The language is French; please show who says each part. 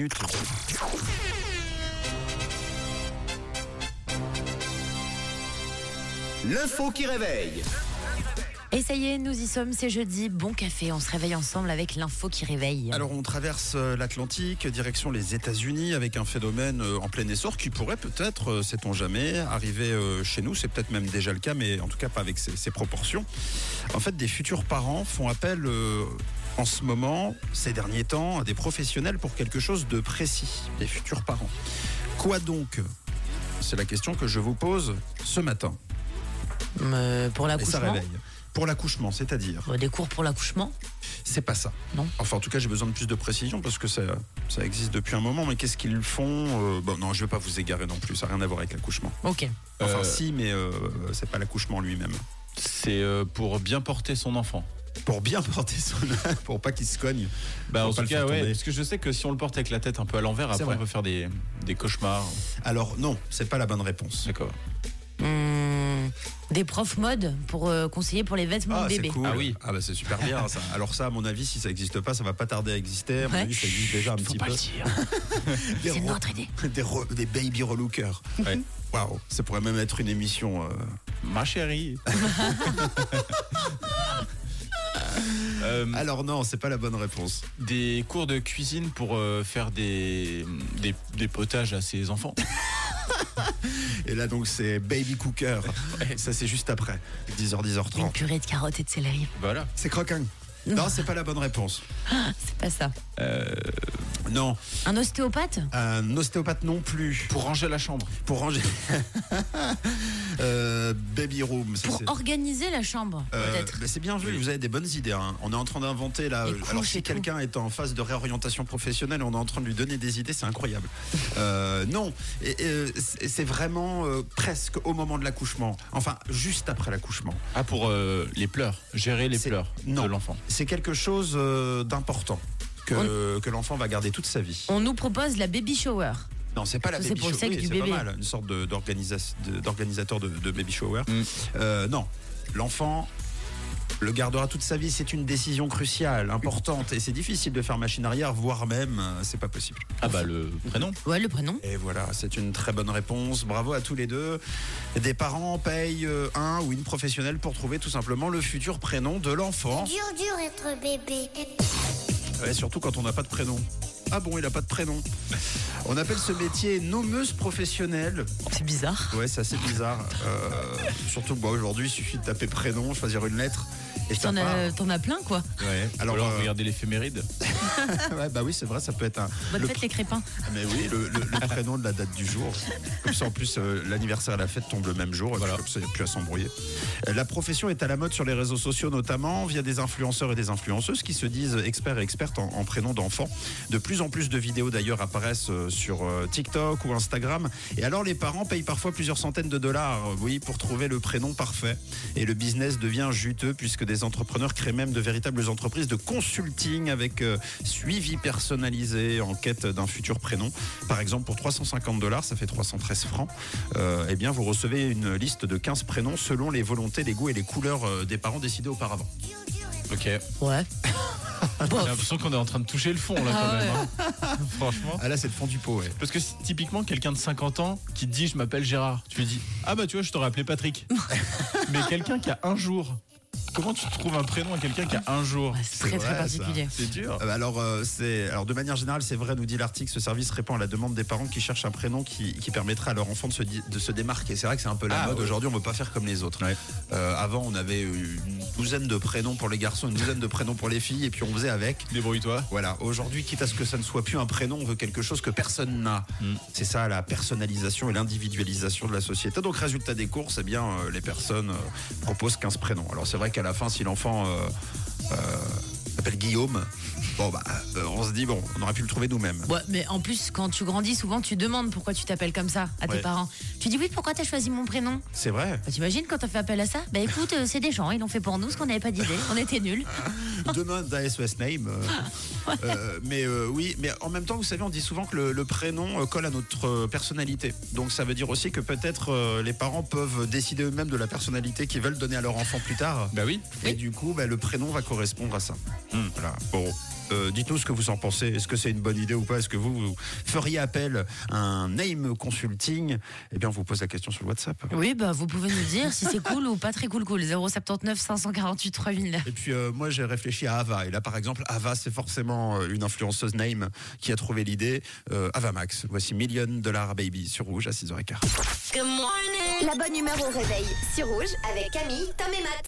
Speaker 1: minutes.
Speaker 2: L'info qui réveille.
Speaker 3: Et ça y est, nous y sommes, c'est jeudi. Bon café, on se réveille ensemble avec l'info qui réveille.
Speaker 1: Alors on traverse euh, l'Atlantique, direction les États-Unis, avec un phénomène euh, en plein essor qui pourrait peut-être, euh, sait-on jamais, arriver euh, chez nous. C'est peut-être même déjà le cas, mais en tout cas pas avec ces, ces proportions. En fait, des futurs parents font appel euh, en ce moment, ces derniers temps, à des professionnels pour quelque chose de précis. Des futurs parents. Quoi donc C'est la question que je vous pose ce matin.
Speaker 3: Euh, pour
Speaker 1: Et ça
Speaker 3: l'accouchement.
Speaker 1: réveille. Pour l'accouchement, c'est-à-dire.
Speaker 3: euh, Des cours pour l'accouchement.
Speaker 1: C'est pas ça.
Speaker 3: Non.
Speaker 1: Enfin, en tout cas, j'ai besoin de plus de précision parce que ça, ça existe depuis un moment. Mais qu'est-ce qu'ils font Euh, Bon, non, je vais pas vous égarer non plus. Ça n'a rien à voir avec l'accouchement.
Speaker 3: Ok.
Speaker 1: Enfin,
Speaker 4: Euh,
Speaker 1: si, mais euh, c'est pas l'accouchement lui-même.
Speaker 4: C'est euh, pour bien porter son enfant.
Speaker 1: Pour bien porter son pour pas qu'il se cogne.
Speaker 4: Bah,
Speaker 1: Faut
Speaker 4: en
Speaker 1: pas
Speaker 4: tout
Speaker 1: le
Speaker 4: cas,
Speaker 1: faire
Speaker 4: ouais,
Speaker 1: tomber.
Speaker 4: parce que je sais que si on le porte avec la tête un peu à l'envers,
Speaker 1: C'est
Speaker 4: après on
Speaker 1: vrai.
Speaker 4: peut faire des, des cauchemars.
Speaker 1: Alors non, c'est pas la bonne réponse.
Speaker 4: D'accord.
Speaker 3: Hum, des profs mode pour euh, conseiller pour les vêtements
Speaker 1: Ah,
Speaker 3: de
Speaker 1: c'est
Speaker 3: bébé.
Speaker 1: cool.
Speaker 4: Ah oui.
Speaker 1: Ah bah c'est super bien ça. Alors ça, à mon avis, si ça n'existe pas, ça va pas tarder à exister. À mon
Speaker 3: Ouais.
Speaker 1: avis, ça existe déjà un
Speaker 4: Faut
Speaker 1: petit
Speaker 4: pas
Speaker 1: peu.
Speaker 4: le dire.
Speaker 1: Des
Speaker 3: C'est
Speaker 1: re-
Speaker 3: notre idée.
Speaker 1: Des, re- des baby relookers.
Speaker 4: Ouais.
Speaker 1: Waouh, ça pourrait même être une émission. euh,
Speaker 4: Ma chérie. Euh,
Speaker 1: Alors non, c'est pas la bonne réponse.
Speaker 4: des cours de cuisine pour euh, faire des, des, des potages à ses enfants.
Speaker 1: Et là, donc, c'est Baby Cooker. Ça, c'est juste après, 10h,
Speaker 3: Une
Speaker 1: 10h30.
Speaker 3: purée de carottes et de céleri.
Speaker 4: voilà.
Speaker 1: C'est croquin. Non, c'est pas la bonne réponse.
Speaker 3: C'est pas ça.
Speaker 4: Euh,
Speaker 1: Non,
Speaker 3: Un ostéopathe
Speaker 1: un ostéopathe non plus.
Speaker 4: pour ranger la chambre.
Speaker 1: Pour ranger. Euh, baby Room, ça
Speaker 3: Pour
Speaker 1: c'est.
Speaker 3: organiser la chambre,
Speaker 1: Euh,
Speaker 3: peut-être.
Speaker 1: mais c'est bien vu,
Speaker 4: Oui.
Speaker 1: vous avez des bonnes idées. hein. On est en train d'inventer là.
Speaker 3: Les
Speaker 1: euh,
Speaker 3: couches
Speaker 1: alors si
Speaker 3: et tout.
Speaker 1: quelqu'un est en phase de réorientation professionnelle, on est en train de lui donner des idées, c'est incroyable. Euh, non, et, et, c'est c'est vraiment euh, presque au moment de l'accouchement. Enfin, juste après l'accouchement.
Speaker 4: Ah, pour euh, les pleurs. Gérer les
Speaker 1: C'est-
Speaker 4: pleurs
Speaker 1: non.
Speaker 4: de l'enfant.
Speaker 1: c'est quelque chose euh, d'important que, que l'enfant va garder toute sa vie.
Speaker 3: On nous propose la baby shower.
Speaker 1: Non, c'est pas la
Speaker 3: Ça, c'est
Speaker 1: baby
Speaker 3: pour le
Speaker 1: shower.
Speaker 3: sexe
Speaker 1: Oui,
Speaker 3: du
Speaker 1: c'est pas
Speaker 3: bébé.
Speaker 1: mal, une sorte de- d'organisa- de- d'organisateur de, de baby shower.
Speaker 4: Mm.
Speaker 1: Euh, non, l'enfant le gardera toute sa vie. C'est une décision cruciale, importante, et c'est difficile de faire machine arrière, voire même, euh, c'est pas possible.
Speaker 4: Ah, bah, le prénom.
Speaker 3: Ouais, le prénom.
Speaker 1: Et voilà, c'est une très bonne réponse. Bravo à tous les deux. Des parents payent euh, un ou une professionnelle pour trouver tout simplement le futur prénom de l'enfant.
Speaker 5: Dur, dur être bébé.
Speaker 1: Ouais, surtout quand on n'a pas de prénom. Ah bon, il n'a pas de prénom. On appelle ce métier nommeuse professionnelle.
Speaker 3: C'est bizarre.
Speaker 1: Ouais, c'est assez bizarre. Euh, surtout que, bon, aujourd'hui, il suffit de taper prénom, choisir une lettre. Et ça
Speaker 3: T'en
Speaker 1: part.
Speaker 3: as, t'en as plein, quoi.
Speaker 1: Ouais.
Speaker 4: Alors,
Speaker 1: Alors, euh,
Speaker 4: regardez l'éphéméride.
Speaker 1: ouais, bah oui, c'est vrai, ça peut être un.
Speaker 3: Bonne
Speaker 1: le-
Speaker 3: fête, les crépins.
Speaker 1: Ah, mais oui, le, le- le prénom de la date du jour. Comme ça, en plus, euh, l'anniversaire et la fête tombent le même jour. et puis
Speaker 4: Voilà.
Speaker 1: Comme ça, il n'y a plus à s'embrouiller. Euh, La profession est à la mode sur les réseaux sociaux, notamment via des influenceurs et des influenceuses qui se disent experts et expertes en, en prénom d'enfants. De plus en plus de vidéos, d'ailleurs, apparaissent euh, sur euh, TikTok ou Instagram. Et alors, les parents payent parfois plusieurs centaines de dollars, euh, oui, pour trouver le prénom parfait. Et le business devient juteux puisque des entrepreneurs créent même de véritables entreprises de consulting avec euh, suivi personnalisé en quête d'un futur prénom. Par exemple, pour 350 dollars, ça fait 313 francs, euh, eh bien, vous recevez une liste de 15 prénoms selon les volontés, les goûts et les couleurs euh, des parents décidés auparavant.
Speaker 4: Ok.
Speaker 3: Ouais.
Speaker 1: Ah,
Speaker 4: J'ai l'impression qu'on est en train de toucher le fond là quand
Speaker 3: Ah
Speaker 4: même. hein. Franchement.
Speaker 1: Ah là, c'est le fond du pot, ouais.
Speaker 4: Parce que c'est typiquement quelqu'un de 50 ans qui te dit je m'appelle Gérard, tu lui dis ah bah tu vois je t'aurais appelé Patrick. Mais quelqu'un qui a un jour, comment tu trouves un prénom à quelqu'un qui a un jour
Speaker 3: Ouais, c'est très,
Speaker 1: vrai,
Speaker 3: très
Speaker 1: ça.
Speaker 3: particulier.
Speaker 4: C'est dur.
Speaker 1: Euh, Alors, euh, c'est, alors, de manière générale, c'est vrai, nous dit l'article, ce service répond à la demande des parents qui cherchent un prénom qui, qui permettra à leur enfant de se, di- de se démarquer. C'est vrai que c'est un peu la
Speaker 4: Ah,
Speaker 1: mode.
Speaker 4: ouais.
Speaker 1: Aujourd'hui, on ne veut pas faire comme les autres. Euh, avant, on avait une douzaine de prénoms pour les garçons, une douzaine de prénoms pour les filles, et puis on faisait avec.
Speaker 4: Débrouille-toi.
Speaker 1: Voilà, aujourd'hui, quitte à ce que ça ne soit plus un prénom, on veut quelque chose que personne n'a.
Speaker 4: Mm.
Speaker 1: C'est ça la personnalisation et l'individualisation de la société. Donc, résultat des courses, eh bien, euh, les personnes euh, proposent 15 prénoms. Alors, c'est vrai qu'à la fin, si l'enfant euh, euh, s'appelle Guillaume, bon, bah, euh, on se dit, bon, on aurait pu le trouver nous-mêmes.
Speaker 3: Ouais, mais en plus, quand tu grandis, souvent tu demandes pourquoi tu t'appelles comme ça à tes
Speaker 1: Ouais.
Speaker 3: parents. Tu dis oui, pourquoi t'as choisi mon prénom
Speaker 1: C'est vrai.
Speaker 3: bah, T'imagines quand on fait appel à ça Bah écoute, euh, c'est des gens, ils l'ont fait pour nous, parce qu'on n'avait pas d'idée, on était nuls.
Speaker 1: Demain, d'un SOS Name. euh, euh, mais euh, oui, mais en même temps, vous savez, on dit souvent que le, le prénom euh, colle à notre euh, personnalité. Donc, ça veut dire aussi que peut-être euh, les parents peuvent décider eux-mêmes de la personnalité qu'ils veulent donner à leur enfant plus tard.
Speaker 4: Bah oui.
Speaker 1: ben, Et du coup, bah, le prénom va correspondre à ça.
Speaker 4: Mm.
Speaker 1: Voilà. Bon. euh, Dites-nous ce que vous en pensez. Est-ce que c'est une bonne idée ou pas Est-ce que vous, vous feriez appel à un name consulting Eh bien, on vous pose la question sur le WhatsApp.
Speaker 3: Oui, bah, vous pouvez nous dire si c'est cool ou pas très cool, cool. 079 548 3000.
Speaker 1: Et puis euh, moi j'ai réfléchi à Ava. Et là par exemple, Ava c'est forcément euh, une influenceuse name qui a trouvé l'idée. Euh, Ava Max, voici Million Dollar Baby sur Rouge à 6h15.
Speaker 5: La bonne humeur au réveil sur Rouge avec Camille, Tom et Matt.